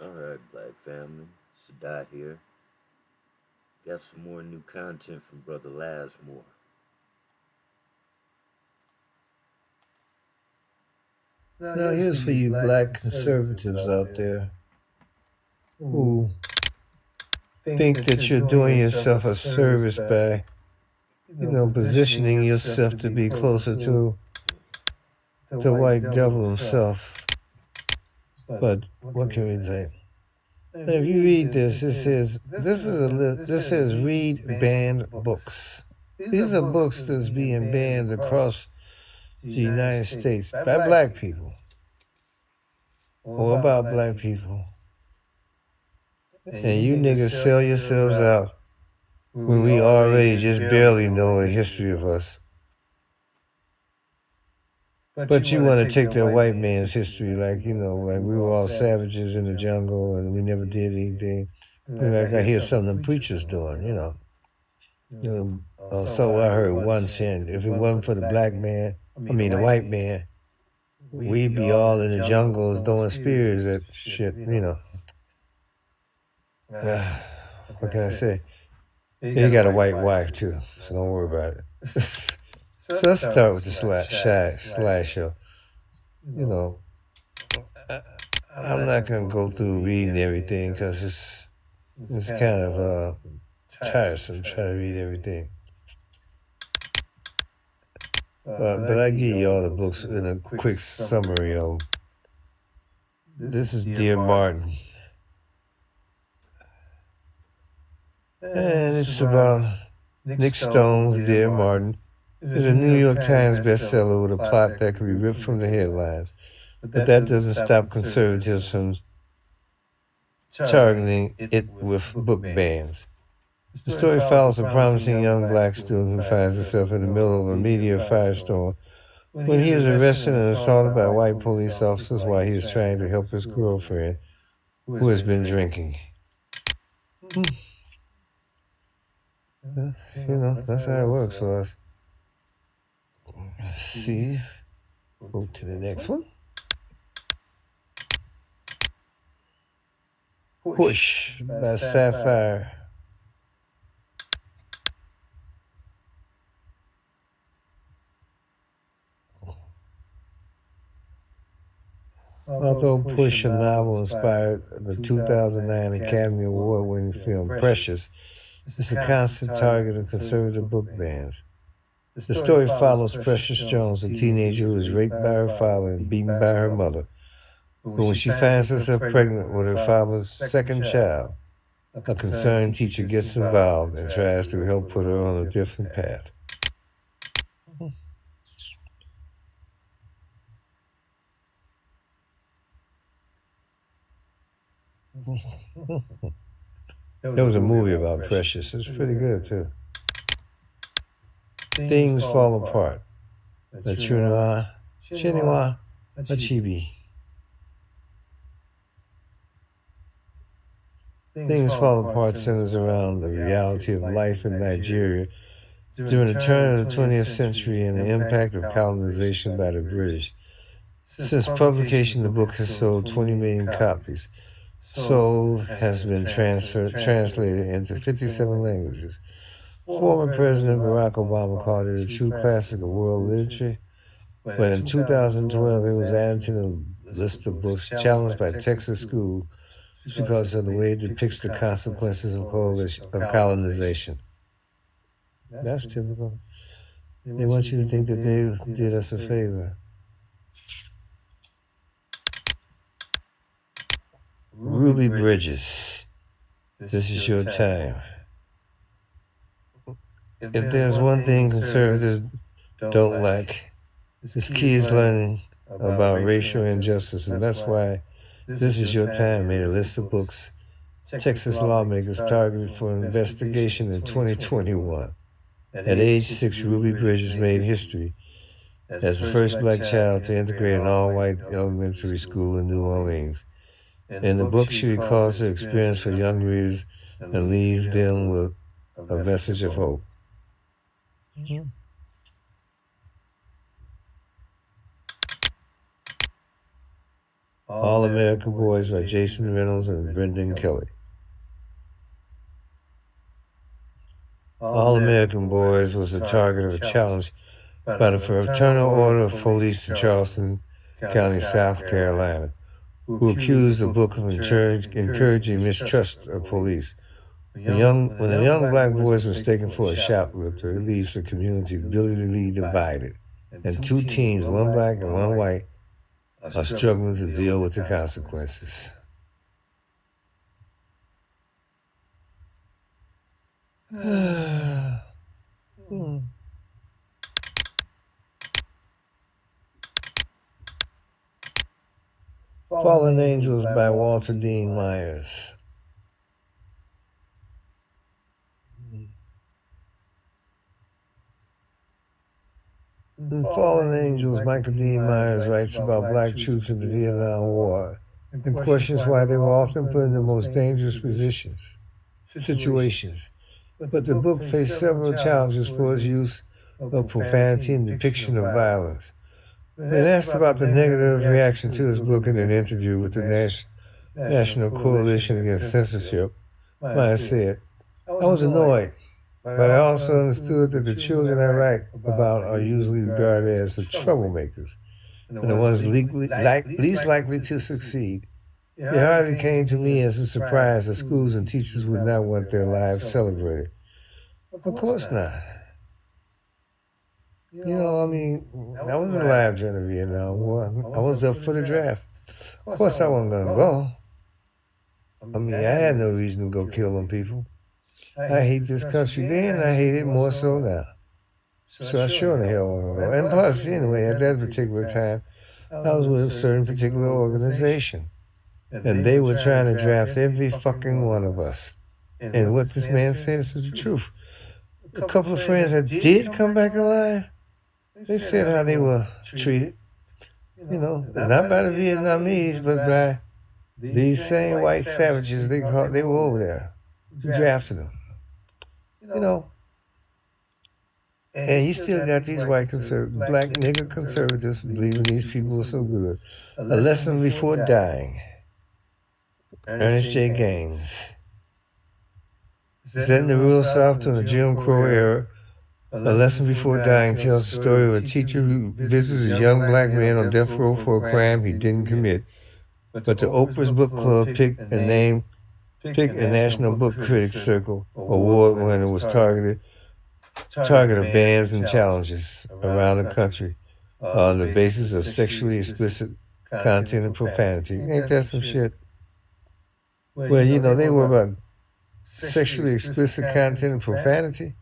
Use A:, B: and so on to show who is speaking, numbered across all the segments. A: All right, Black Family. Sadat here. Got some more new content from Brother Lasmore.
B: Now, here's for you black conservatives out there who think that you're doing yourself a service by, you know, positioning yourself to be closer to the white devil himself. But what can we say? Now, if you read this, it says this is a li- this says read banned books. These are books that's being banned across the United States by black people or about black people. And you niggas sell yourselves out when we already just barely know the history of us. But you want to take that white man's history, like, you know, like we were all savages in the jungle and we never did anything. Like I hear some of the preachers doing, you know. You know, uh, so I heard one saying, if it wasn't for the black man, I mean the white man, we'd be all in the jungles throwing spears at shit, you know. Uh, what can I say? You got a white wife too, so don't worry about it. so let's start with the slash, shy, slideshow. You know, I, I'm not gonna go through reading everything because it's it's kind of uh, tiresome trying to read everything. Uh, but I give you all the books in a quick summary of this is Dear Martin. And it's about uh, Nick Stone's Dear Martin. It's a New York Times bestseller with a plot that can be ripped from the headlines. But that doesn't stop conservatives from targeting it with book bans. The story follows a promising young black student who finds himself in the middle of a media firestorm when he is arrested and assaulted by white police officers while he is trying to help his girlfriend who has been drinking. Hmm. Uh, You know, that's how it works for us. See, go uh, to the next one. Push by Sapphire. Although Push, a novel inspired the 2009 Academy Award winning film Precious, it's a constant target of conservative book bans. The story follows Precious Jones, a teenager who was raped by her father and beaten by her mother. But when she finds herself pregnant with her father's second child, a concerned teacher gets involved and tries to help put her on a different path. There was, was, a movie about Precious. Precious. It's pretty good too. Things, Things fall apart. The Chinois, Chinois, Achibi. Things fall apart centers around the reality of life in Nigeria during the turn of the 20th century and the impact of colonization by the British. Since publication, the book has sold 20 million copies. Soul has been transferred, translated into 57 languages. Former President Barack Obama called it a true classic of world literature, but in 2012 it was added to the list of books challenged by Texas schools because of the way it depicts the consequences of, of colonization. That's typical. They want you to think that they did us a favor. Ruby Bridges, this, this is your time. time. If, if there's one thing conservatives don't, don't like, it's kids learning about racial injustice, and that's why This Is Your Time made a list of books Texas lawmakers targeted for an investigation in 2021. At age six, Ruby Bridges made history as the first black child to integrate an all white elementary school in New Orleans. In the book, she recalls her experience for young readers and leaves them with a message of hope. Mm-hmm. All America Boys by Jason Reynolds and Brendan Kelly. All American Boys was the target of a challenge by the Fraternal Order of Police in Charleston County, South Carolina, who accused the book of encourage- encouraging mistrust of police. When, young, when a young black boy is mistaken for a shoplifter, it leaves the community literally divided, and two teams, one black and one white, are struggling to deal with the consequences. Hmm. Fallen Angels by Walter Dean Myers. In Fallen Angels, Michael Dean Myers writes about black troops in the Vietnam War and questions why they were often put in the most dangerous positions, situations. But the book faced several challenges for its use of profanity and depiction of violence. When asked about the negative reaction to his book in an interview with the Nas- National Coalition Against Censorship, Myers said, I was annoyed, but I also understood that the children I write about are usually regarded as the troublemakers and the ones legally, like, least likely to succeed. It hardly came to me as a surprise that schools and teachers would not want their lives celebrated. Of course not. You know, I mean, I was alive during the Vietnam War. I was up for the draft. Of course, I wasn't going to go. I mean, I had no reason to go kill them people. I hate this country then, I hate it more so now. So I sure the hell want to go. And plus, anyway, at that particular time, I was with a certain particular organization. And they were trying to draft every fucking one of us. And what this man says is the truth. A couple of friends that did come back alive, they said how they were treated. You know, not by the Vietnamese, but by these same white savages they caught, they were over there, who drafted them. You know, and you still got these white conserv- black nigger conservatives believing these people are so good. A lesson before dying. Ernest J. Gaines. Setting the rules soft on the Jim Crow era, A Lesson Before Dying tells the story of a teacher who visits a young black man on death row for a crime he didn't commit. But the Oprah's Book Club picked a name, picked a National Book Critics Circle award winner was targeted, target of bans and challenges around the country on the basis of sexually explicit content and profanity. Ain't that some shit? Well, you know, they were about sexually explicit content and profanity.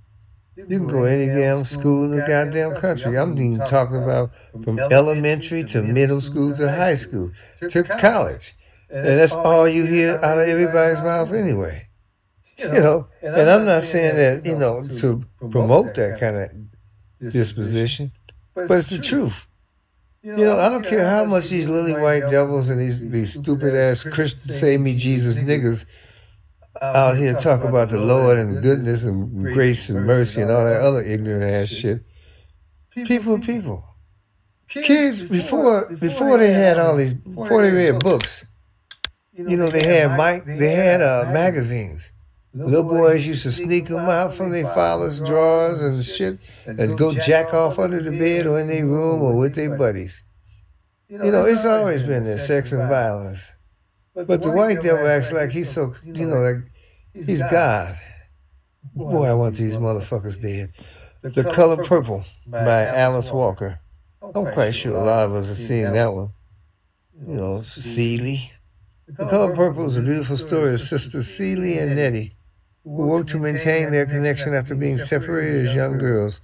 B: You can go any damn school in the goddamn country. I'm even talking about from elementary to middle school to high school to college. And that's all you hear out of everybody's mouth anyway. You know, and I'm not saying that, you know, to promote that kind of disposition, but it's the truth. You know, I don't care how much these lily white devils and these, these stupid ass Christian say me Jesus niggas out here talk about the Lord and goodness and grace and mercy and all that other ignorant ass shit. People are people. Kids before before they had all these before they read books, you know they had mic they had uh, magazines. Little boys used to sneak them out from their father's drawers and shit and go jack off under the bed or in their room or with their buddies. You know, it's always been there, sex and violence. But, the, white devil acts like he's so, you know, like he's God. Boy, I want these motherfuckers dead. The Color Purple by Alice Walker. I'm quite sure a lot of us have seen that one. You know, Seeley. The Color Purple is a beautiful story of sisters Seeley and Nettie, who worked to maintain their connection after being separated as young girls.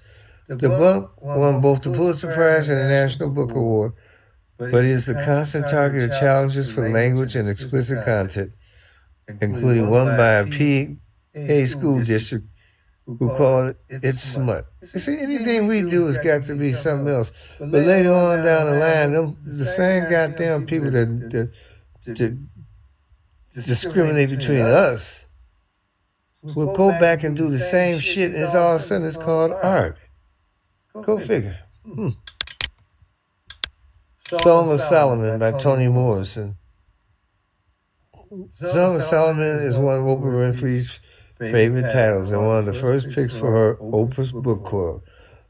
B: The book won both the Pulitzer Prize and the National Book Award but it is the constant target of challenges for language and explicit content, including one by a PA school district who called it, it smut. You see, anything we do has got to be something else. But later on down the line, them, the same goddamn people that, that, that discriminate between us will go back and do the same shit, and it's all of a sudden it's called art. Go figure. Hmm. Song Hmm. of Solomon by Toni Morrison. Song of Solomon is one of Oprah Winfrey's favorite titles and one of the first picks for her Oprah's Book Club.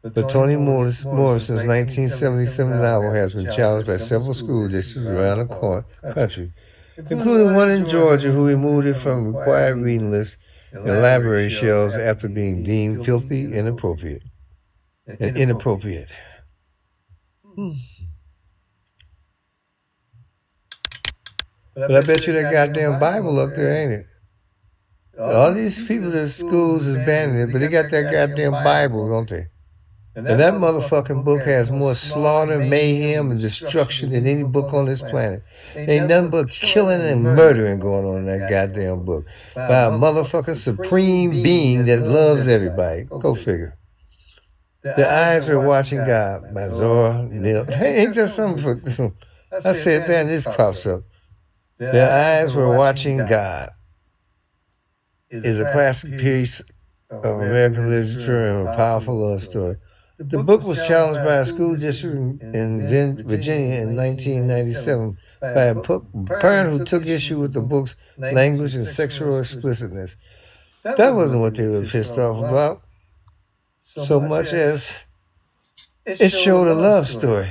B: But Toni Morris, Morrison's 1977 novel has been challenged by several school districts around the co- country, including one in Georgia who removed it from required reading lists and library shelves after being deemed filthy, inappropriate, and inappropriate. Hmm. But I bet you that goddamn Bible up there, ain't it? All these people at schools is banning it, but they got that goddamn Bible, don't they? And that, and that motherfucking book has more slaughter, mayhem, and destruction than any book on this planet. Ain't nothing but killing and murdering going on in that goddamn book by a motherfucking supreme being that loves everybody. Go figure. The eyes are watching God by Zora Neale. Hey, ain't that something? For, I said that, and this pops up. Their eyes were watching God is a classic piece of American literature and a powerful love story. The book was challenged by a school district in Virginia in 1997 by a parent who took issue with the book's language and sexual explicitness. That wasn't what they were pissed off about so much as it showed a love story.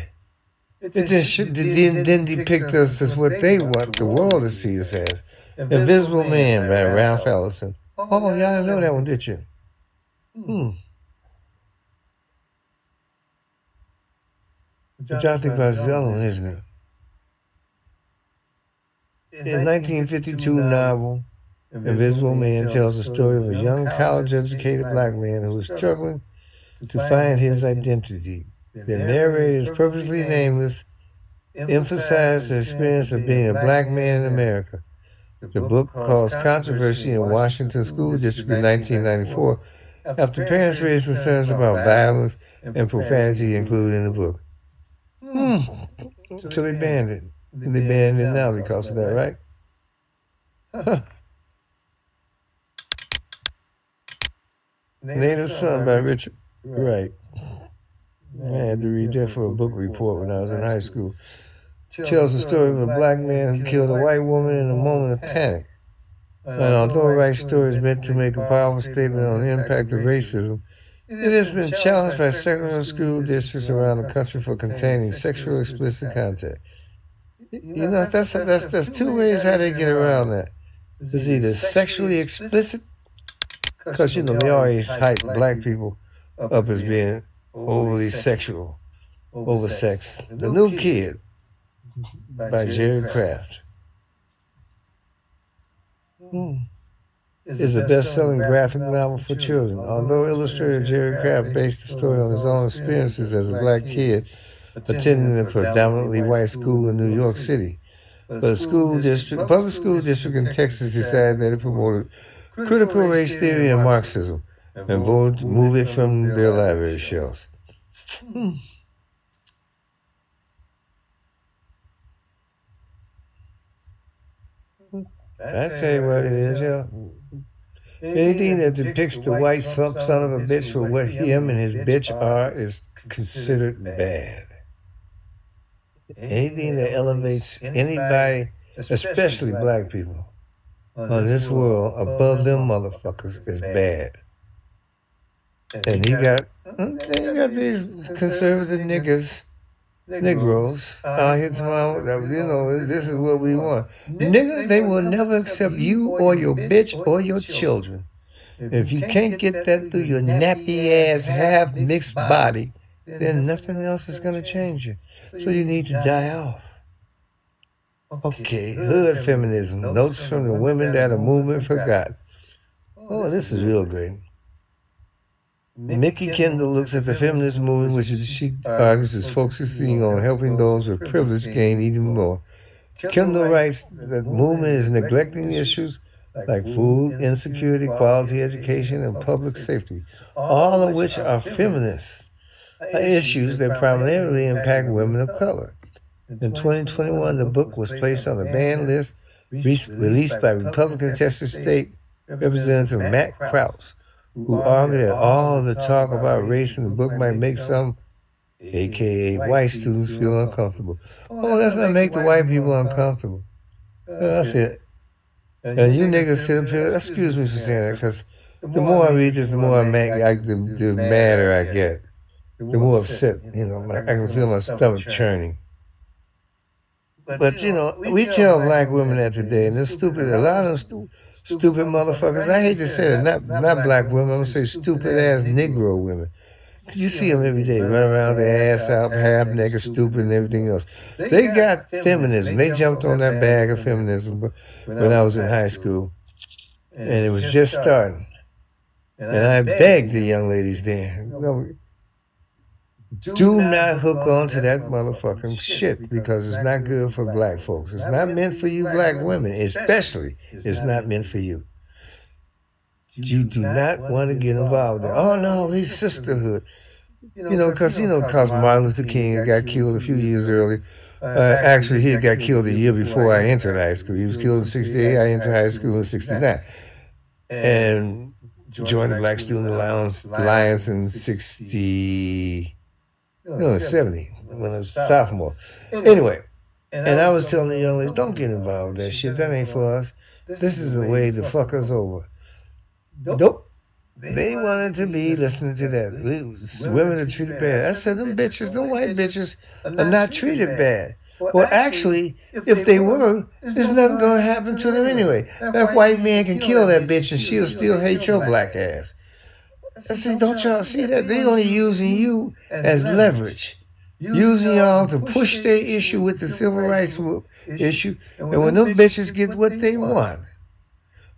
B: It didn't, depict us as what they want the world to see us as. Invisible Man by Ralph Ellison. Oh, oh y'all didn't know that one, did you? Hmm. Which I think about the other one, isn't it? The 1952 novel, Invisible Man, tells the story of a young college educated black man who is struggling to find his identity. The narrator is purposely nameless, emphasizes the experience of being a black man in America. The book caused controversy in Washington school district in 1994 after parents raised concerns about violence and profanity included in the book. Hmm. So they banned it. And they banned it now because of that, right? Huh. Native Son by Richard Wright. I had to read that for a book report when I was in high school tells the story of a black man who killed a white woman in a moment of panic. And although Wright's story is meant to make a powerful statement on the impact of racism, it has been challenged by several school districts around the country for containing sexual explicit content. You know, that's, that's, that's, two ways how they get around that. It's either sexually explicit, because, you know, they always hype black people up as being overly sexual, over sex. The new kid, by, by Jerry Kraft. Kraft. Hmm. Is, is a best-selling graphic novel for children. Although illustrator Jerry Kraft based the story on his own experiences as a black kid attending a predominantly white school in New York City, but a school district, public school district in Texas decided that it promoted critical race theory and Marxism and voted to move it from their library shelves. Hmm. I tell you what it is, yeah. Anything that depicts the white son of a bitch for what him and his bitch are is considered bad. Anything that elevates anybody, especially black people, on this world above them motherfuckers is bad. And he got, he got these conservative niggas. Negroes out here tomorrow. You know, this is what we want. Nigga, they will never accept you or your bitch or your children. If you can't get that through your nappy ass, half mixed body, then nothing else is going to change you. So you need to die off. Okay, hood feminism. Notes from the women that a movement forgot. Oh, this is real great. Mickey Kendall looks at the feminist movement, which is, she argues is focusing on helping those with privilege gain even more. Kendall writes that movement is neglecting issues like food, insecurity, quality education, and public safety, all of which are feminist issues that primarily impact women of color. In 2021, the book was placed on the ban list released by Republican Texas State Representative Matt Krause who argued that all the talk about race in the book might make some aka white students, feel uncomfortable. Oh, let's not make the white people uncomfortable. Well, that's it. And you niggas sit up here, excuse me for saying that, because the more I read this, the more I'm mad, I, the, the madder I get, the more upset, you know, I, I can feel my stomach churning. But, you know, we tell black women that today, and they're stupid, a lot of them stu- stupid motherfuckers, I hate to say it, not, not black women, I'm going to say stupid ass Negro women. Cause you see them every day, run around their ass out, half naked, stupid, and everything else. They got feminism. They jumped on that bag of feminism when I was in high school, and it was just starting. And I begged the young ladies there, do not hook on to that motherfucking shit because it's not good for black folks. It's not meant for you, black women, especially. It's not meant for you you do not want to get involved in. Oh no, this sisterhood. You know, because you know, because Martin Luther King got killed a few years earlier. Uh, actually, he got killed a year before I entered high school. He was killed in '68. I entered high school in '69, and joined the Black Student Alliance, Alliance in '60. No, '70 when I was sophomore. Anyway, and I was telling the young ladies, don't get involved with that shit. That ain't for us. This is a way to fuck us over. Nope. nope. They, they wanted to be listening to that. We, women are treated bad. I said, them bitches, them white bitches are not treated bad. Well, actually, if they were, there's nothing going to happen to them anyway. That white man can kill that bitch and she'll still hate your black ass. I said, don't y'all see that? They're only using you as leverage. Using y'all to push their issue with the civil rights issue. And when them bitches get what they want,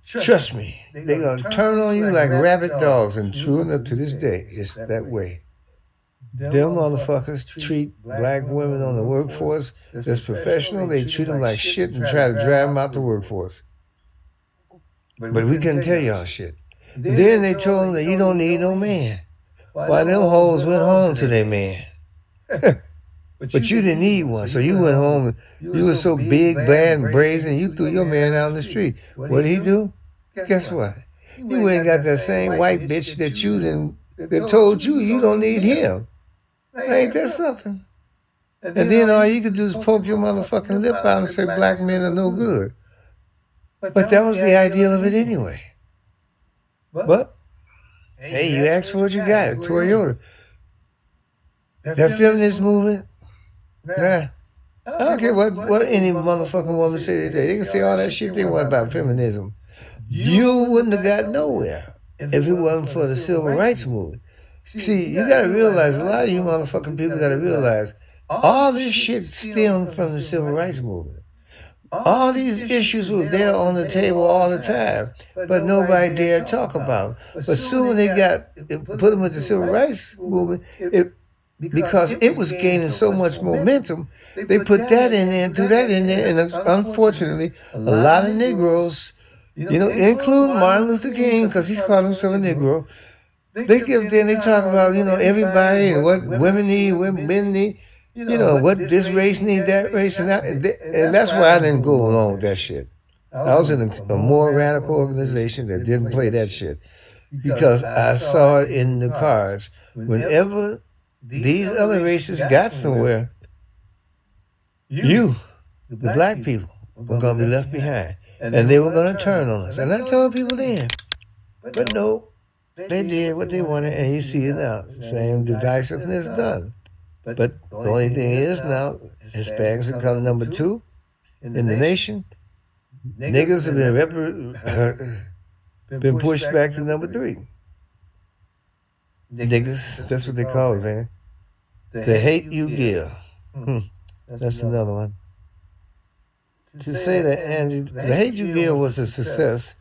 B: Trust, me, they're they going to turn on you like, like rabid dogs, and true enough to this day, it's that, that way. Them motherfuckers treat black women on the workforce as professional. They treat them like shit and try to drive them out the workforce. But, but we couldn't tell y'all shit. Then, then they told them that you don't need no man. Why, why them hoes went home to their man. But, but you, you didn't need one, so you went home. You, you were so big, bad, and brazen. You threw your man out in the street. What did he do? Guess what? You ain't got that same white bitch that you didn't that told you you don't need him. Ain't that something? And then all you could do is poke your motherfucking lip out and say black men are no good. But that was the ideal of it anyway. But hey, you asked for what you got. It, Toyota. That feminist movement. Nah. I don't care what, what any motherfucking woman say today. They can say all that shit they want about feminism. You wouldn't have got nowhere if it wasn't for the civil rights movement. See, you gotta realize a lot of you motherfucking people gotta realize all this shit stemmed from the civil rights movement. All these issues were there on the table all the time, but nobody dared talk about them. But soon they got put them with the civil rights movement. It, because, because it was, was gaining, gaining so much momentum, momentum they, they put, put that in there and threw that in there. And unfortunately, a lot of Negroes, you know, include Martin Luther King because he's called himself a Negro. They give then they talk about you know everybody and what women need, what men need, you know what this race need, that race, and that, and that's why I didn't go along with that shit. I was in a, a more radical organization that didn't play that shit because I saw it in the cards. Whenever these, these other, other races, races got somewhere, you, you the, black the black people, were going to be left behind. And, and they were going to turn on us. And I told people then. But, but no, they, they did what they wanted, and you see it now. Same divisiveness done. But, but the only thing is now, Hispanics have come number two in the, in the nation. Niggas have been, repre- been pushed back to number three. Niggas, that's what they call it, man. The, the hate you give. give. Hmm. That's, that's another one. To, to say that Angie, the hate you give was a success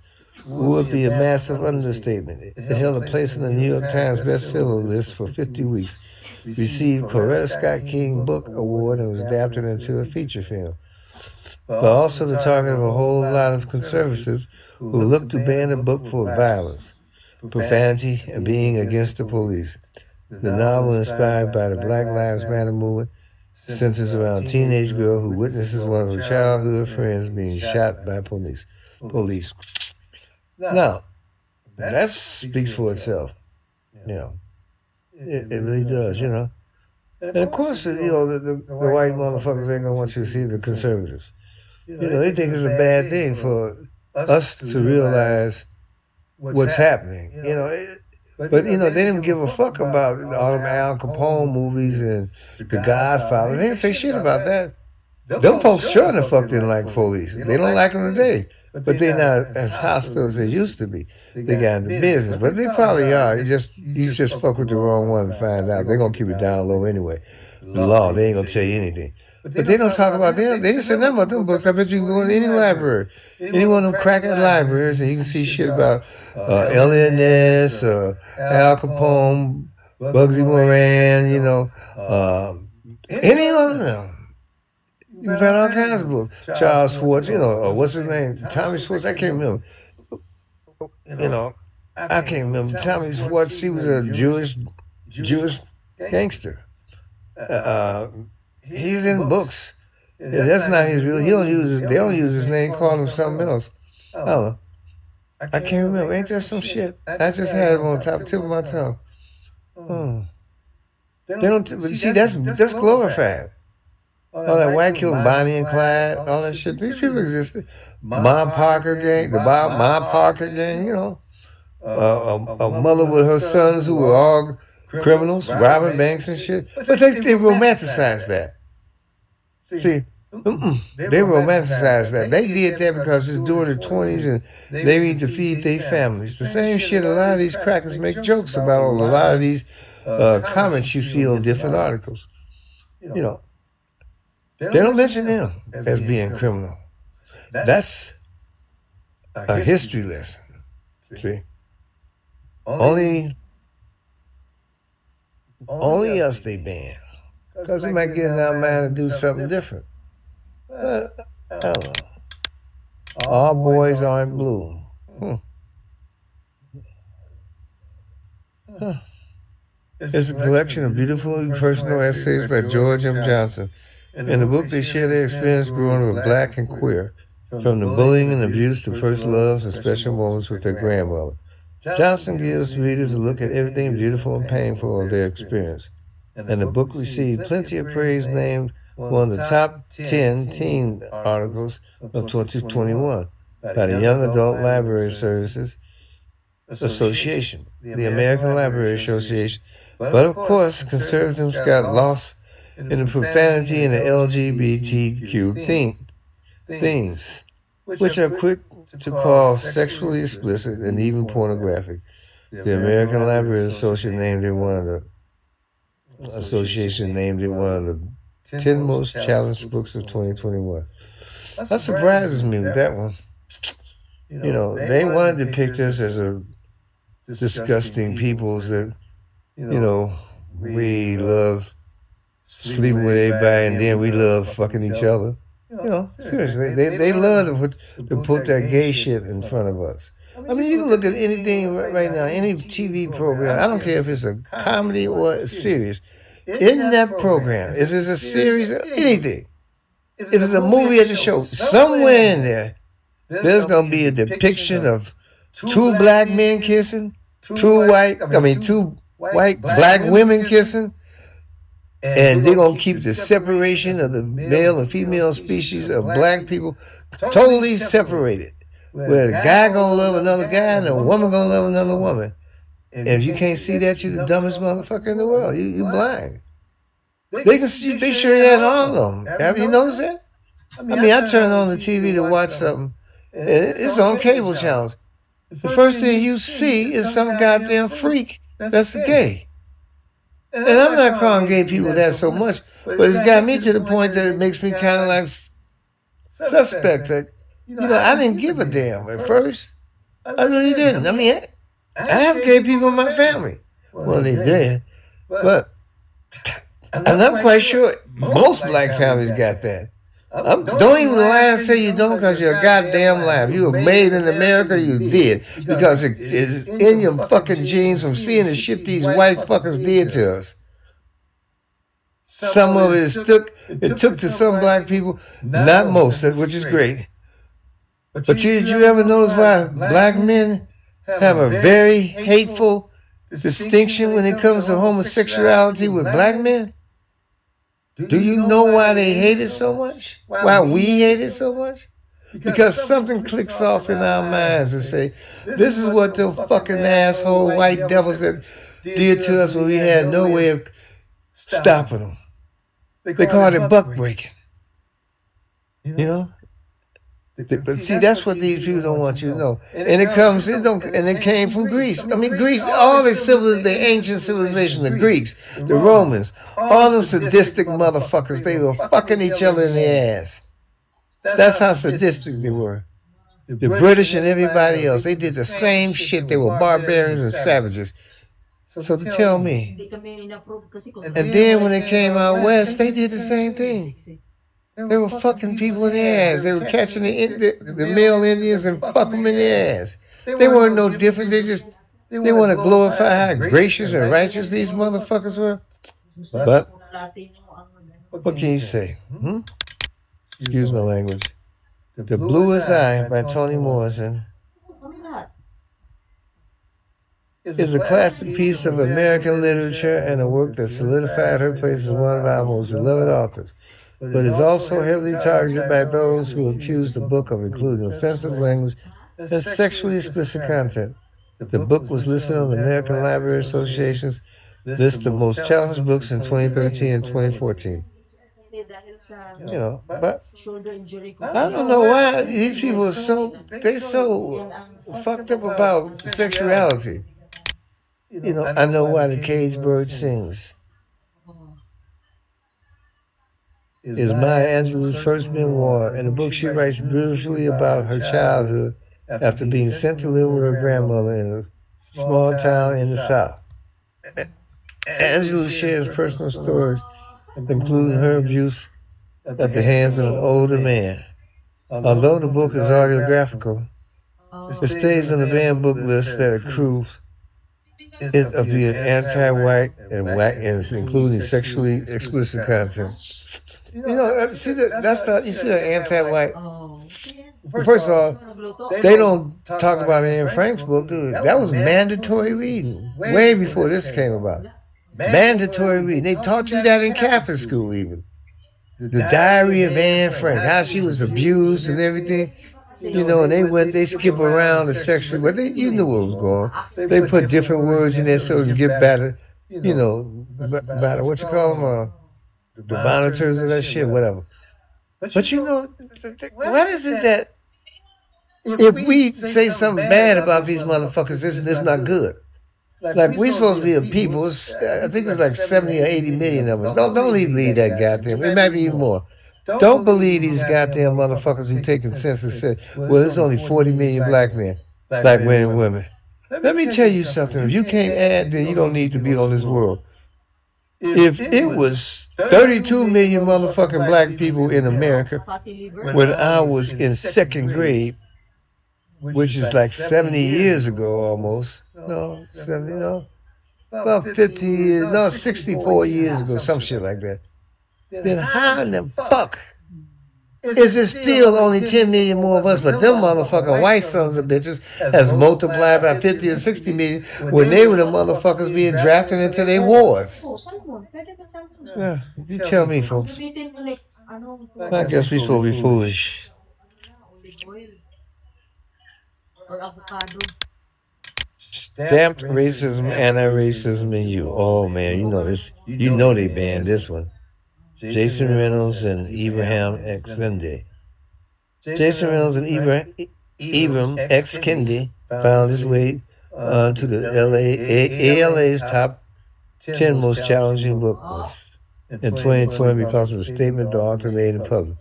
B: would be a massive understatement. It, it held a place in the New York Times bestseller list for 50 weeks, received Coretta Scott King Book Award, and was adapted into a feature film. But also the target of a whole lot of conservatives who looked to ban the book for violence profanity and being against the police. The novel, inspired by the Black Lives Matter movement, centers around a teenage girl who witnesses one of her childhood friends being shot by police. Police. Now, that speaks for itself. You know, it, it really does. You know, And of course, you know, the, the, the white motherfuckers ain't gonna want you to see the conservatives. You know, they think it's a bad thing for us to realize what's happening. You know, it, but you know, they didn't give a fuck about all them Al Capone movies and The Godfather. They didn't say shit about that. Them folks sure the fuck didn't like police. They don't like them today. But they're not as hostile as they used to be. They got into business, but they probably are. You just you just fuck with the wrong one and find out. They're gonna keep it down low anyway. The law, they ain't gonna tell you anything. But they, but they, don't, talk about, about them. They didn't say nothing about them books. I bet you can go into any library, any one of them crackhead libraries, and you can see shit about uh, Eliot Ness, uh, Al Capone, Bugsy Moran, you know, uh, any one of them. You can find all kinds of books. Charles Schwartz, you know, uh, what's his name? Tommy Schwartz, I can't remember. You know, I can't remember. Tommy Schwartz, he was a Jewish, Jewish gangster. Uh, he's in books. books. Yeah, that's, that's, not his real. He don't use. His, they don't use his name. Call him something else. Oh, I don't know. I can't, I can't remember. Ain't that some shit? I just, I just had it on top tip of my tongue. Hmm. They don't. But see, that's that's glorified. All that white killed Bonnie and Clyde, all that shit. These people existed. Mom Parker gang, the Bob Mom Parker gang. You know, a mother with her sons who were all criminals, robbing banks and shit. But they, they, they romanticize that. See, see they, they romanticize that. They did that because it's during the 20s and they need to feed their families. The same shit a lot of these crackers make jokes about on a lot of these uh, comments you see on different articles. You know, they don't mention them as being criminal. That's a history lesson. See? Only only, Only us they ban. Because it might get in our mind to do something different. different. Uh, All, All boys, boys aren't blue. Hmm. Huh. It's, it's a collection of beautiful personal essays by George M. Johnson. In the book, they share their experience growing up black and queer, from the bullying and abuse to first loves and special moments with their grandmother. Johnson gives readers a look at everything beautiful and painful of their experience, and the book received plenty of praise, named one of the top 10 teen articles of 2021 by the Young Adult Library Services Association, the American Library Association. But of course, conservatives got lost in the profanity and the LGBTQ themes which are quick to call sexually explicit and even pornographic. The American Library Association named it one of the association named it one of the ten most challenged books of 2021. That surprises me with that one. You know, they wanted to depict us as a disgusting peoples that, you know, we love sleeping with everybody and then we love fucking each other. You know, seriously, they, they, they love to put, to put that gay shit in front of us. I mean, you can look at anything right, right now, any TV program. I don't care if it's a comedy or a series. In that program, if it's a series, anything, if it's a movie or a show, somewhere in there, there's going to be a depiction of two black men kissing, two white, I mean, two white black women kissing and, and they're going to keep, keep the separation of the male and female species of black people totally separated. Where a guy going to love another guy and a woman going to love another woman. And if you can't see that, you're the dumbest motherfucker in the world. You, you're blind. They can see, they sure that all of them. Have you noticed that? I mean, I turn on the TV to watch something, and it's on cable channels. The first thing you see is some goddamn freak that's gay. And, and I'm not calling gay people that so much, but it's got me to the point that it makes me kind of like suspect that, you know, I didn't give a damn at first. I really didn't. I mean, I, I have gay people in my family. Well, they did, but and I'm quite sure most black families got that. I'm, don't even lie and say you don't because you're a goddamn liar. You were made in America, you did. Because it is in your fucking genes from seeing the shit these white fuckers did to us. Some of it took it took to some black people, not most, which is great. But you, did you ever notice why black men have a very hateful distinction when it comes to homosexuality with black men? Do, Do you, know, know why they hate it so much? Why, why we hate it so much? Because, because something clicks off in our minds and say, this, this is what the fucking asshole white devils that did to us when we had no way of stopping them. They called, they called it buck breaking. breaking. You know? You know? But, but see, that's, that's what these people don't want you to know. And, and it comes, it don't, and it came from Greece. I mean, Greece, all the civilization, the ancient civilization, the Greeks, the Romans, all them sadistic motherfuckers, they were fucking each other in the ass. That's how sadistic they were. The British and everybody else, they did the same shit. They were barbarians and savages. So to tell me. And then when it came out west, they did the same thing. They were, they were fucking people in the ass. They were catching the the, the, the male Indians and fuck them in the ass. They, they weren't no different. They just they, they want to glorify how gracious and righteous these motherfuckers were. But what can you say? Hmm? Excuse my language. The Blue is I by Toni Morrison is a classic piece of American literature and a work that solidified her place as one of our most beloved authors but is also heavily targeted by those who accuse the book of including offensive language and sexually explicit content. The book was listed on the American Library Association's list of most challenged books in 2013 and 2014. You know, but I don't know why these people are so they so fucked up about sexuality. You know, I know why the cage bird sings. is Maya Angelou's first memoir, and a book she writes beautifully about her childhood after being sent to live with her grandmother in a small town in the South. Angelou shares personal stories, including her abuse at the hands of an older man. Although the book is autobiographical,
C: Oh.
B: it stays on the banned book list that approves it of being anti-white and whack, and including sexually explicit content. You know, you know, see that that's not you see the anti-white. Oh. First of all, they don't talk about Anne Frank's book, dude. That was mandatory reading way before this came about. Mandatory reading. They taught you that in Catholic school, even. The Diary of Anne Frank, how she was abused and everything. You know, and they went, they skip around the sexual, but they, you knew what was going. on. They put different words in there so to get better. You know, better. What you call them? Uh, the monitors or that shit, whatever. But, but you know, what is it that if we say something bad about these motherfuckers, this this not good. Like we supposed to be a people. I think it's like seventy or eighty million of us. Don't don't believe that goddamn. It might be even more. Don't believe these goddamn motherfuckers who take census and say, "Well, there's only forty million black men, black men and women." Let me tell you something. If you can't add, then you don't need to be on this world. If, if it was 32 million motherfucking black people in America when I was in second grade, which is like 70 years ago almost, no, 70, no, about 50 years, no, 64 years ago, some shit like that, then how in the fuck is it still only 10 million more of us? But them motherfucking white sons of bitches has multiplied by 50 or 60 million when they were the motherfuckers being drafted into their wars.
C: Oh,
B: Yeah, you tell me, folks. I guess we supposed to be foolish. Stamped racism, anti-racism, and you. Oh man, you know this. You know they banned this one. Jason Reynolds and Ibrahim X Kendi. Jason Reynolds and Ibrahim, Ibrahim X Kendi found his way uh, to the LA, ALA's top 10 most challenging book list in 2020 because of a statement the author made in public.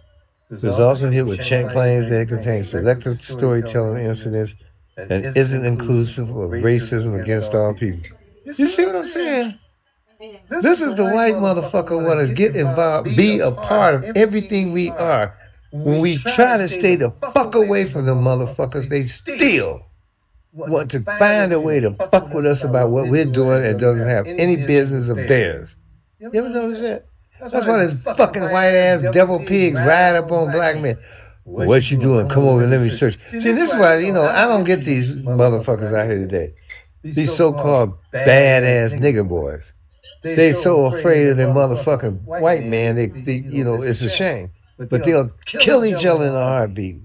B: It was also hit with Chen claims that it contains selective storytelling incidents and isn't inclusive of racism against all people. You see what I'm saying? This, this is the white motherfucker want to get involved, be a part of everything we are. When we try to stay the fuck away from the motherfuckers, they still want to find a way to fuck with us about what we're doing that doesn't have any business of theirs. You ever notice that? That's why these fucking white ass devil pigs ride up on black men. What you doing? Come over and let me search. See, this is why, you know, I don't get these motherfuckers out here today. These so called badass nigger boys. They so afraid of their motherfucking white man. They, they you know, it's a shame. But they'll kill each other in a heartbeat.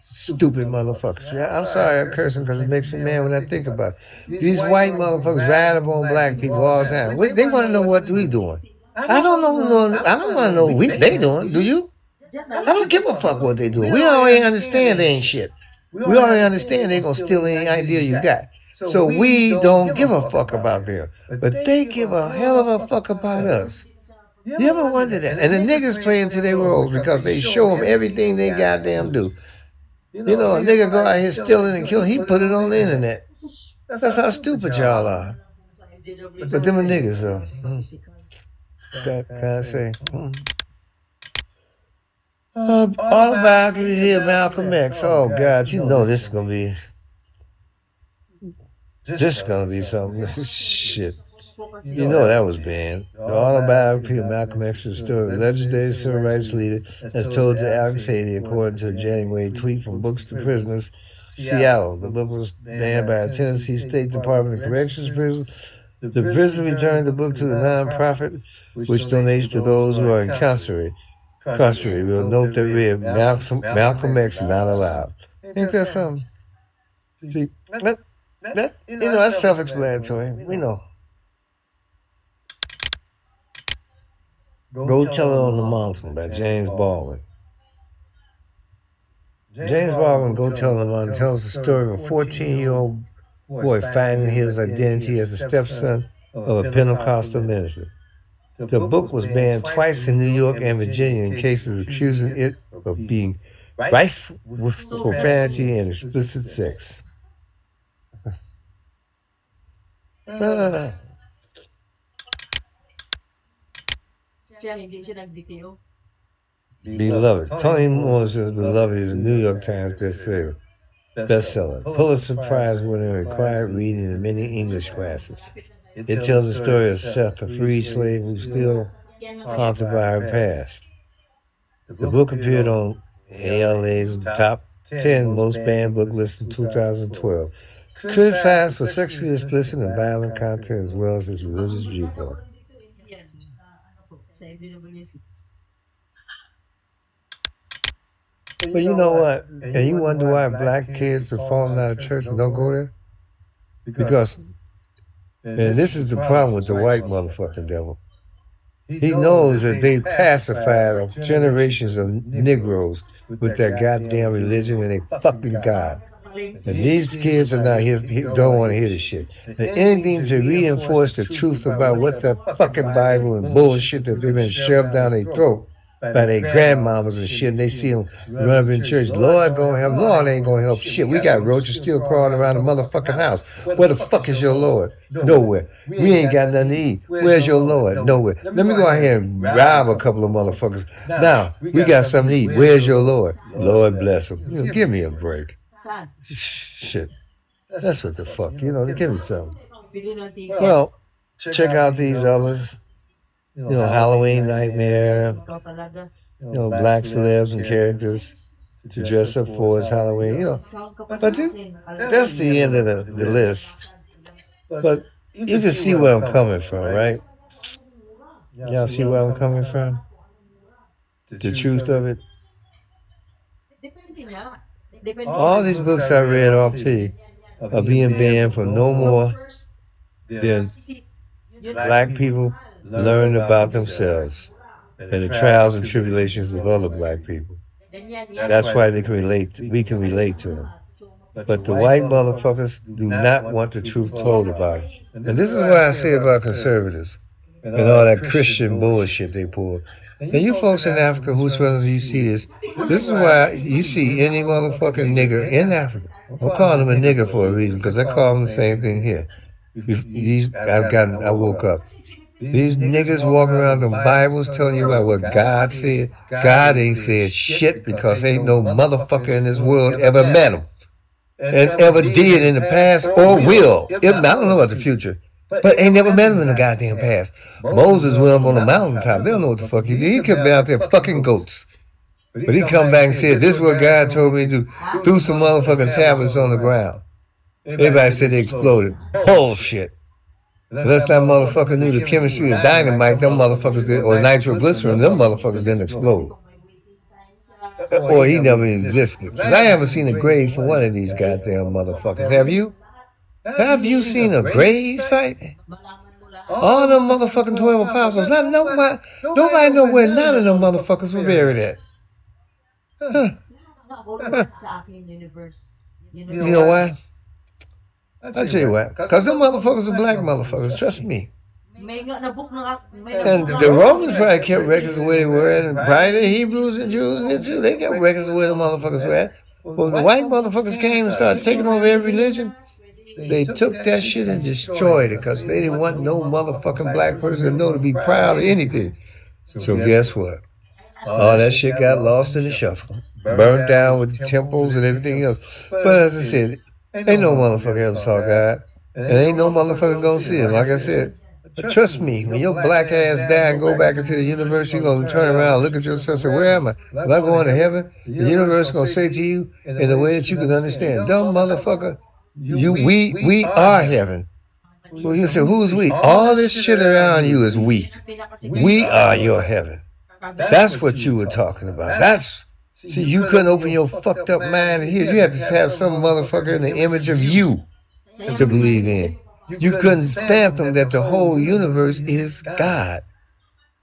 B: Stupid motherfuckers. Yeah, I'm sorry I'm cursing because it makes me mad when I think about it. These white motherfuckers ride up on black people all the time. What- They want to know what we doing. I don't know. No, I don't want to know what we they doing. Do you? I don't give a fuck what they do. We already understand they ain't shit. We already understand they gonna steal any idea you got. So we don't give a fuck about them. But they give a hell of a fuck about us. You ever wonder that? And the niggas play into their roles because they show them everything they goddamn do. You know, a nigga go out here stealing and killing, he put it on the internet. That's how stupid y'all are. But them a niggas though. Mm. Can, can I say? Mm. Uh, autobiography here, Malcolm X. Oh God, you know this is gonna be this is gonna be something. Shit, Então, you know that was banned. The autobiography of Malcolm X is the story of a legendary civil rights leader as told to Alex Haley, according to a January tweet from Books to Prisoners, Seattle. The book was banned by a Tennessee State Department of Corrections prison. The prison returned the book to the nonprofit, which donates to those who are incarcerated. Incarcerated. We'll note that we have Malcolm, Malcolm X not allowed. Ain't that something? See, that, that, you know, that's self-explanatory. We know. Go Tell It on the Mountain by James Baldwin. James Baldwin, Go Tell It on the Mountain, tells the story of a 14-year-old boy finding his identity as the stepson of a Pentecostal minister. The book was banned twice in New York and Virginia in cases accusing it of being rife with profanity and explicit sex. Ah, é.
C: Siya hindi siya nag-detail.
B: beloved. Toni Morrison's Beloved is a New York Times bestseller. bestseller, Pulitzer Prize winner, and required reading in many English classes. It tells the story of Seth, a free slave who's still
C: Yan ang
B: haunted by her past. The book appeared on ALA's top 10 most banned book list in 2012, criticized for sexually explicit and violent content as well as its religious viewpoint.
C: yan. Ah, ano po, sa FWC.
B: But you know what? And you wonder why black kids are falling out of church and don't go there? Because,
D: and
B: and this is the problem with the white motherfucking devil. He knows that they pacified generations of Negroes with their goddamn religion and they fucking God.
C: Kaling,
B: And these kids are not here, he- don't want to hear this shit. And anything to reinforce the truth about what the fucking Bible and bullshit that they've been shoved down their throat by their grandmamas and shit. And they see them run up in church. Lord gonna help. Lord ain't gonna help shit. We got roaches still crawling around the motherfucking house. Where the fuck is your Lord? Nowhere. We ain't got nothing to eat. Where's your Lord? Nowhere. Let me go out here and rob a couple of motherfuckers. Now we got something to eat. Where's your Lord? Lord bless him. You know, give me a break.
C: saan?
B: Shit. That's what the fuck. You know, give me something.
C: Bili ng ticket.
B: Well, check out these others.
D: you
B: You know, Halloween Nightmare.
C: Ikaw talaga.
B: You know, black celebs and characters to dress up for as Halloween. You know,
C: Sound ka pa
B: But
C: sa
B: you-
C: akin. Alam
B: that's
C: mo
B: the
C: yun.
B: end of the, the list.
D: But
B: But you can see where I'm coming from, right? Y'all see where I'm coming from? The truth of it.
C: Depende nga. Depende.
B: All these books I read off to you are being banned for no more than
C: Six. Yun lang.
B: black people learn about themselves and the trials and tribulations of other black people.
C: Ganyan yan.
B: That's why they can relate. We can relate to them. But the white motherfuckers do not want the truth told about it. And this is what I say about conservatives and all that Christian bullshit they pull. And you folks in Africa, whosoever you see this, this is why you see any motherfucking nigger in Africa. I'm calling him a nigger for a reason because I call him the same thing here. If These, I've gotten, I woke up. These niggas walking around with Bibles telling you about what God said. God ain't said shit because ain't no motherfucker in this world ever met him and ever did in the past or will. If, I don't know about the future, but ain't never met him in the goddamn past. Moses went up on the mountaintop. They don't know what the fuck he did. He could be out there fucking goats. But he come back and said, this is what God told me to do. Threw some motherfucking tablets on the ground. Everybody said they exploded. Bullshit. Unless that motherfucker knew the chemistry of dynamite, them motherfuckers did, or nitroglycerin, them motherfuckers didn't explode. Or he never existed. 'Cause I haven't seen a grave for one of these goddamn motherfuckers. Have you? Have you seen a grave site? All them motherfucking 12 apostles. Not nobody, nobody know where none of them motherfuckers were buried at. Huh. You know why? I'll tell you why. Because them motherfuckers are black motherfuckers. Trust me. And the Romans probably kept records of where they were at, and probably the Hebrews and Jews and the Jews, they kept records of where the motherfuckers were at. But when the white motherfuckers came and started taking over every religion, they took that shit and destroyed it because they didn't want no motherfucking black person to know to be proud of anything. So guess what? All that shit got lost in the shuffle, burned down with the temples and everything else. But as I said, ain't no motherfucker ever saw God, and ain't no motherfucker gonna see him. Like I said, but trust me, when your black ass die and go back into the universe, you're going to turn around and look at yourself and say, Where am I? Am I going to heaven? The universe is going to say to you in a way that you can understand, Dumb motherfucker, you, we, we are heaven. Well, you say, Who's we? All this shit around you is we. We are your heaven. That's what you were talking about. That's. See, you couldn't open your fucked up mind here. You had to have some motherfucker in the image of you to believe in. You couldn't fathom that the whole universe is God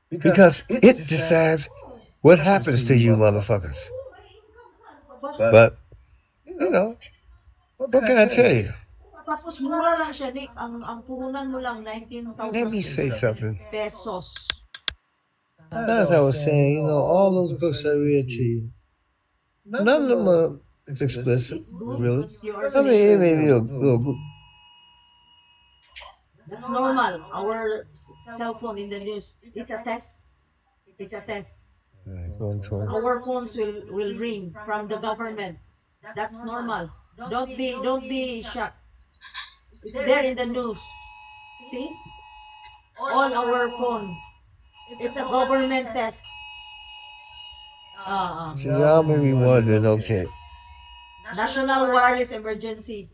B: because it decides what happens to you motherfuckers. But, you know, what can I tell you?
C: Tapos mura lang siya, Nick. Ang, ang puhunan mo lang, 19,000
B: Let me say something.
C: pesos.
B: As I was saying, you know, all those books I read to you, none of them are explicit,
C: It's good.
B: really.
C: It's yours.
B: I mean, it may be a little group.
C: That's normal. Our cell phone in the news, it's a test. It's a test.
B: Going toward-
C: Our phones will, will ring from the government. That's normal. Don't be don't be shocked. It's there in the news. See? All our phone. It's a government test. Uh,
B: See, y'all may be wondering, okay,
C: National Wireless Emergency.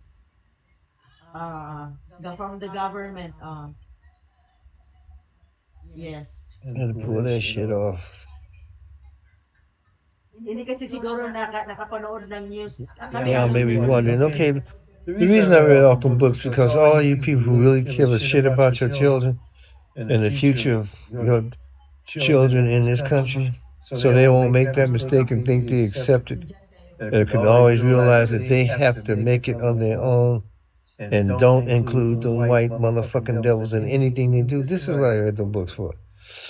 C: Uh, go- from the government. Uh, yes.
B: I had to pull that shit off.
C: Hindi kasi siguro naka, nakapanood ng news.
B: Y'all may be wondering, okay, the reason I read off them books because all you people who really give a shit about your children and the future of your children in this country, so they won't make that mistake and think they accept it and can always realize that they have to make it on their own and don't include the white motherfucking devils in anything they do. This is what I read the books for.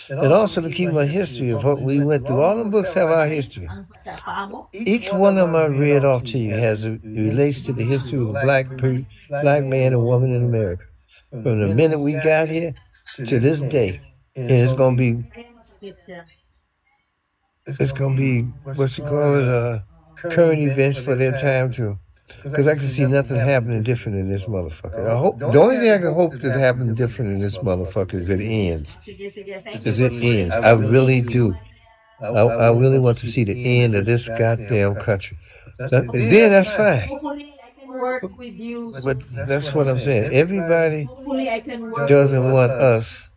B: And also to keep my history of what we went through. All the books have our history.
C: Ang pa- paa mo?
B: Each one of them I read off to you has it relates to the history of a black pe- black man and woman in America. From the minute we got here to this day, and it's gonna be
C: Ay, masakit siya.
B: it's gonna be what you call it uh, current events for their time too. Because I can see nothing happening different in this motherfucker. I hope the only thing I can hope that happened different in this motherfucker is it ends.
C: Sige, sige. Thank
B: Is
C: you.
B: it ends? I really do. I, I really want to see the end of this goddamn country. That- then that's fine.
C: Hopefully, I can work with you.
B: But that's what I'm saying. Everybody
C: Hopefully, I can work.
B: doesn't want us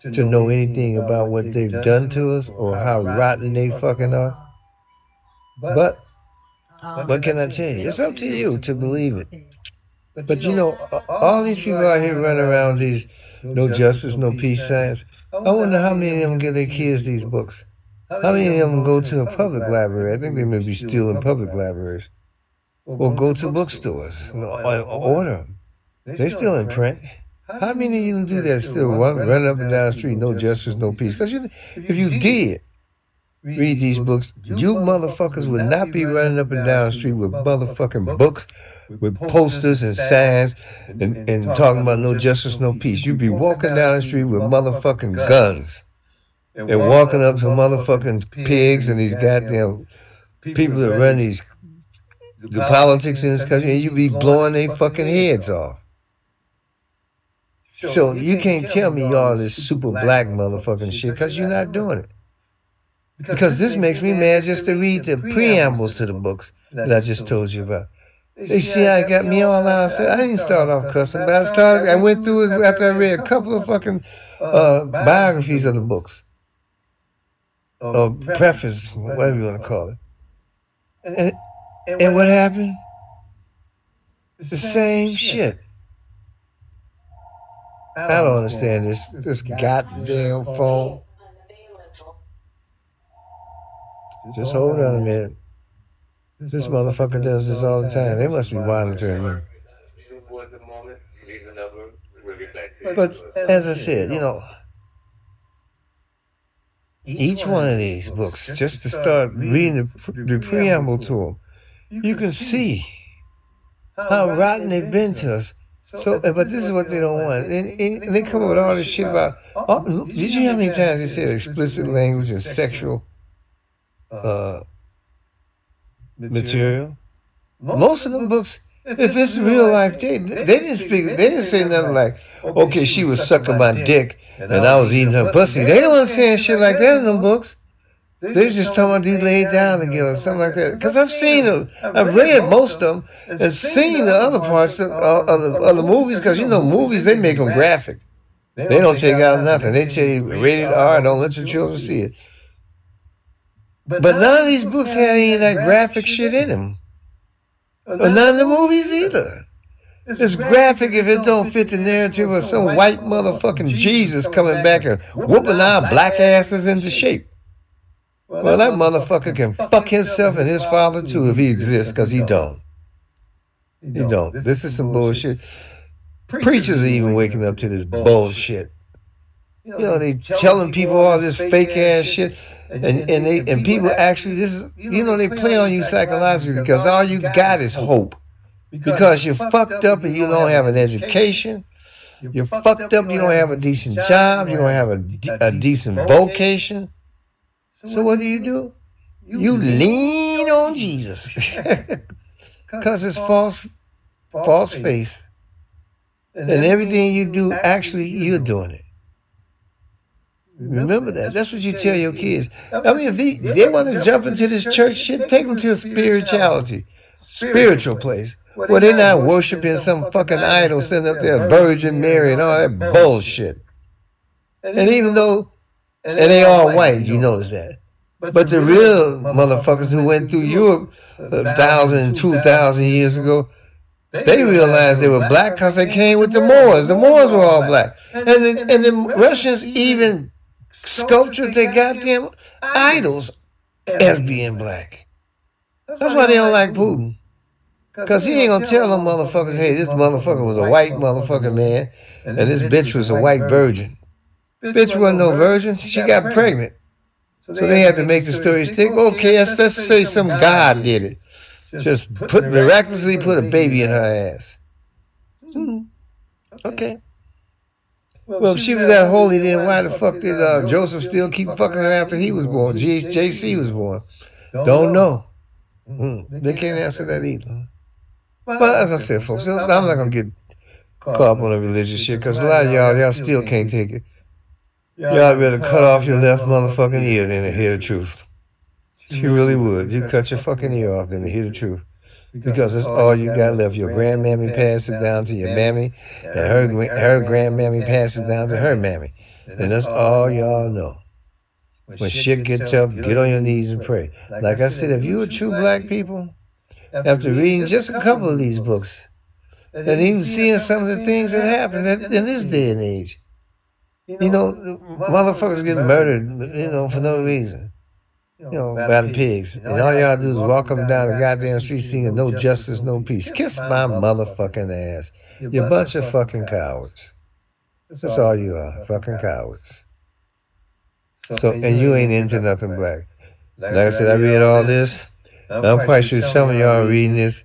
B: to know anything about what they've done to us or how rotten they fucking are. But
C: Uh,
B: what can I tell you? It's up to you to believe it.
C: okay.
B: But you know, a- all these people out here running around these No justice, no peace signs. I wonder how many of them give their kids these books. How many of them go to a public library? I think they may be still in public libraries. Or go to bookstores and or- or order them. They're still in print. How many of you do that still run, run up and down the street, no justice, no peace? Because you, if you did read these books, you motherfuckers would not be running up and down the street with motherfucking books, with posters and signs, and, and talking about no justice, no peace. You'd be walking down the street with motherfucking guns and walking up to motherfucking pigs and these goddamn people that run these the politics in this country, and you'd be blowing their fucking heads off. So you can't tell me y'all this super black motherfucking shit because you're not doing it. Because this makes me mad just to read the preambles to the books that I just told you about. They see how it got me all out. I said, I didn't start off cussing, but I started, I went through it after I read a couple of fucking uh, biographies of the books, or preface, whatever you want to call it. And, and what happened? It's the same shit. I don't understand this this goddamn phone. Just hold on a minute. This motherfucker does this all the time. They must be monitoring me. But as I said, you know, each one of these books, just to start reading the, the preamble to them, you can see how rotten they've been to us. So, uh, but this is what they don't want. And, and, and they come up with all this shit about. Oh, did you hear how many times they said explicit language and sexual uh, material? Most of the books, if it's real life, they they didn't speak. They didn't say nothing like, okay, she was sucking my dick and I was eating her pussy. They don't saying shit like that in the books. They just talking about they laid down together, something like that. Because I've seen them, I've read most of them, and seen the other parts of, of, the, of the movies. Because you know, movies they make them graphic. They don't take out nothing. They tell you rated R, don't let your children see it. But none of these books had any of that graphic shit in them, or none of the movies either. It's graphic if it don't fit the narrative of some white motherfucking Jesus coming back and whooping our black asses into shape. Well, that motherfucker can fuck himself and his father too if he exists, because he don't. He don't. This is some bullshit. Preachers are even waking up to this bullshit. You know, they telling people all this fake ass shit, and and they and people actually this is you know they play on you psychologically because all you got is hope. Because you're fucked up and you don't have an education. You're fucked up. You don't have a decent job. You don't have a, a decent vocation. So what do you do? You, you lean on Jesus, because it's false, false faith, and everything you do actually you're doing it. Remember that. That's what you tell your kids. I mean, if they, they want to jump into this church shit, take them to a spirituality, spiritual place where they're not worshiping some fucking idol sitting up there, Virgin Mary and all that bullshit. And even though and, and, they all white. You notice that. But, but the, the real motherfuckers who went through Europe a thousand and two thousand years ago, they realized they were black because they came with the Moors. The Moors were all black, and the, and the Russians even sculptured their goddamn idols as being black. That's why they don't like Putin. Because he ain't gonna tell them motherfuckers, hey, this motherfucker was a white motherfucking man, and this bitch was a white virgin. Bitch wasn't no virgin. She got, got pregnant. pregnant. So, they, so they had to make the story stick. Okay, let's, let's say some God did it. Just, just put, put miraculously put a baby in her ass. Hmm. Okay. Well, well, if she was that holy, then why the fuck did uh, Joseph still keep fucking her after he was born? G- JC was born. Don't know. Mm. They can't answer that either. Well, as I said, folks, I'm not going to get caught up on the religious shit because a lot of y'all, y'all still can't take it. Y'all better cut off your left motherfucking ear than to hear the truth. You really would. You cut your fucking ear off than to hear the truth. Because that's all you got left. Your grandmammy passed it down to your mammy, and her, her grandmammy passed it down to her mammy. And that's all y'all know. When shit gets tough, get on your knees and pray. Like I said, if you are true black people, after reading just a couple of these books, and even seeing some of the things that happen in this day and age, you know, you know motherfuckers get murdered, murdered, you know, for no reason. You know, by the pigs. And all y'all do is walk them down the goddamn street singing no justice, no peace. Kiss my motherfucking ass. You're a bunch of fucking cowards. That's all you are, fucking cowards. So, and you ain't into nothing black. Like I said, I read all this. I'm quite sure some of y'all are reading this,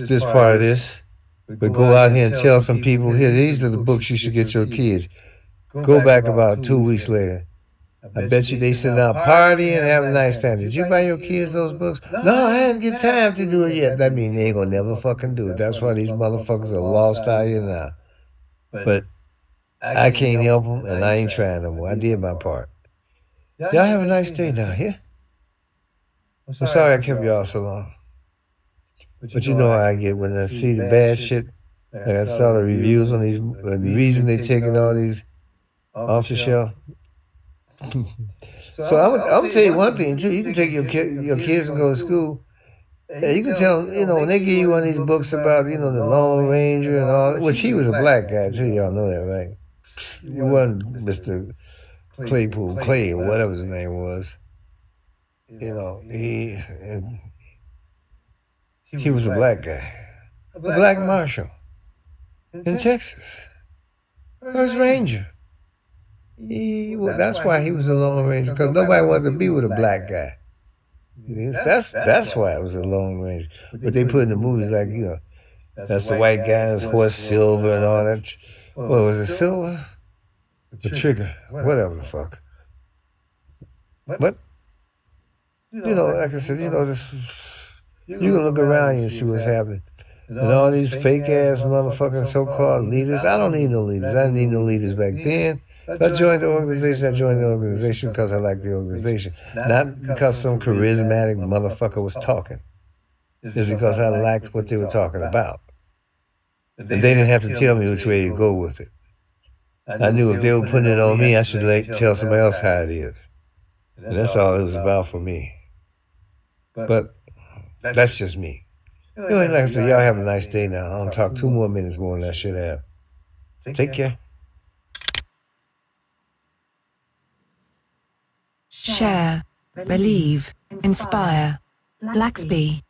B: this part of this. But go out here and tell some people here, these are the books you should get your kids. Go back, back about two weeks later. I bet, I bet you they sit down, party, and have a nice time. Did you buy your kids those books? No, I didn't get time to do it yet. I mean, they ain't gonna never fucking do it. That's why these motherfuckers are lost out here now. But I can't help them, and I ain't trying no more. I did my part. Y'all have a nice day now, yeah? I'm sorry I kept y'all so long. But you know how I get when I see the bad shit. Like I saw the reviews on these. uh, The reason they taking all these off the shelf. so I'm, I'm gonna tell you one thing too. You can take your kid, your kids and go to school. And you can tell, you know, when they give you one of these books about, you know, the Lone Ranger and all, which he was a black guy too. Y'all know that, right? It wasn't Mr. Claypool Clay or whatever his name was. You know, he he was a black guy, a black marshal in Texas, first ranger. He, well, that's, why, he was a Lone Ranger because nobody wanted to be with a black guy. That's that's, why it was a Lone Ranger. But they put in the movies like you know, that's, the white guy, that's horse silver and all that. What was it, silver? The trigger, whatever the fuck. But you know, like I said, you know, this, you can look around and see what's happening. And all these fake ass motherfucking so called leaders. I don't need no leaders. I didn't need no leaders back then. I joined the organization. I joined the organization because I like the organization, not because some charismatic motherfucker was talking. It's because I liked what they were talking about. And they didn't have to tell me which way to go with it. I knew if they were putting it on me, I should like tell somebody else how it is. And that's all it was about for me. But that's just me. Anyway, like I said, y'all have a nice day now. I don't talk two more minutes more than I should have. Take care.
E: share, believe, inspire. Blacksby.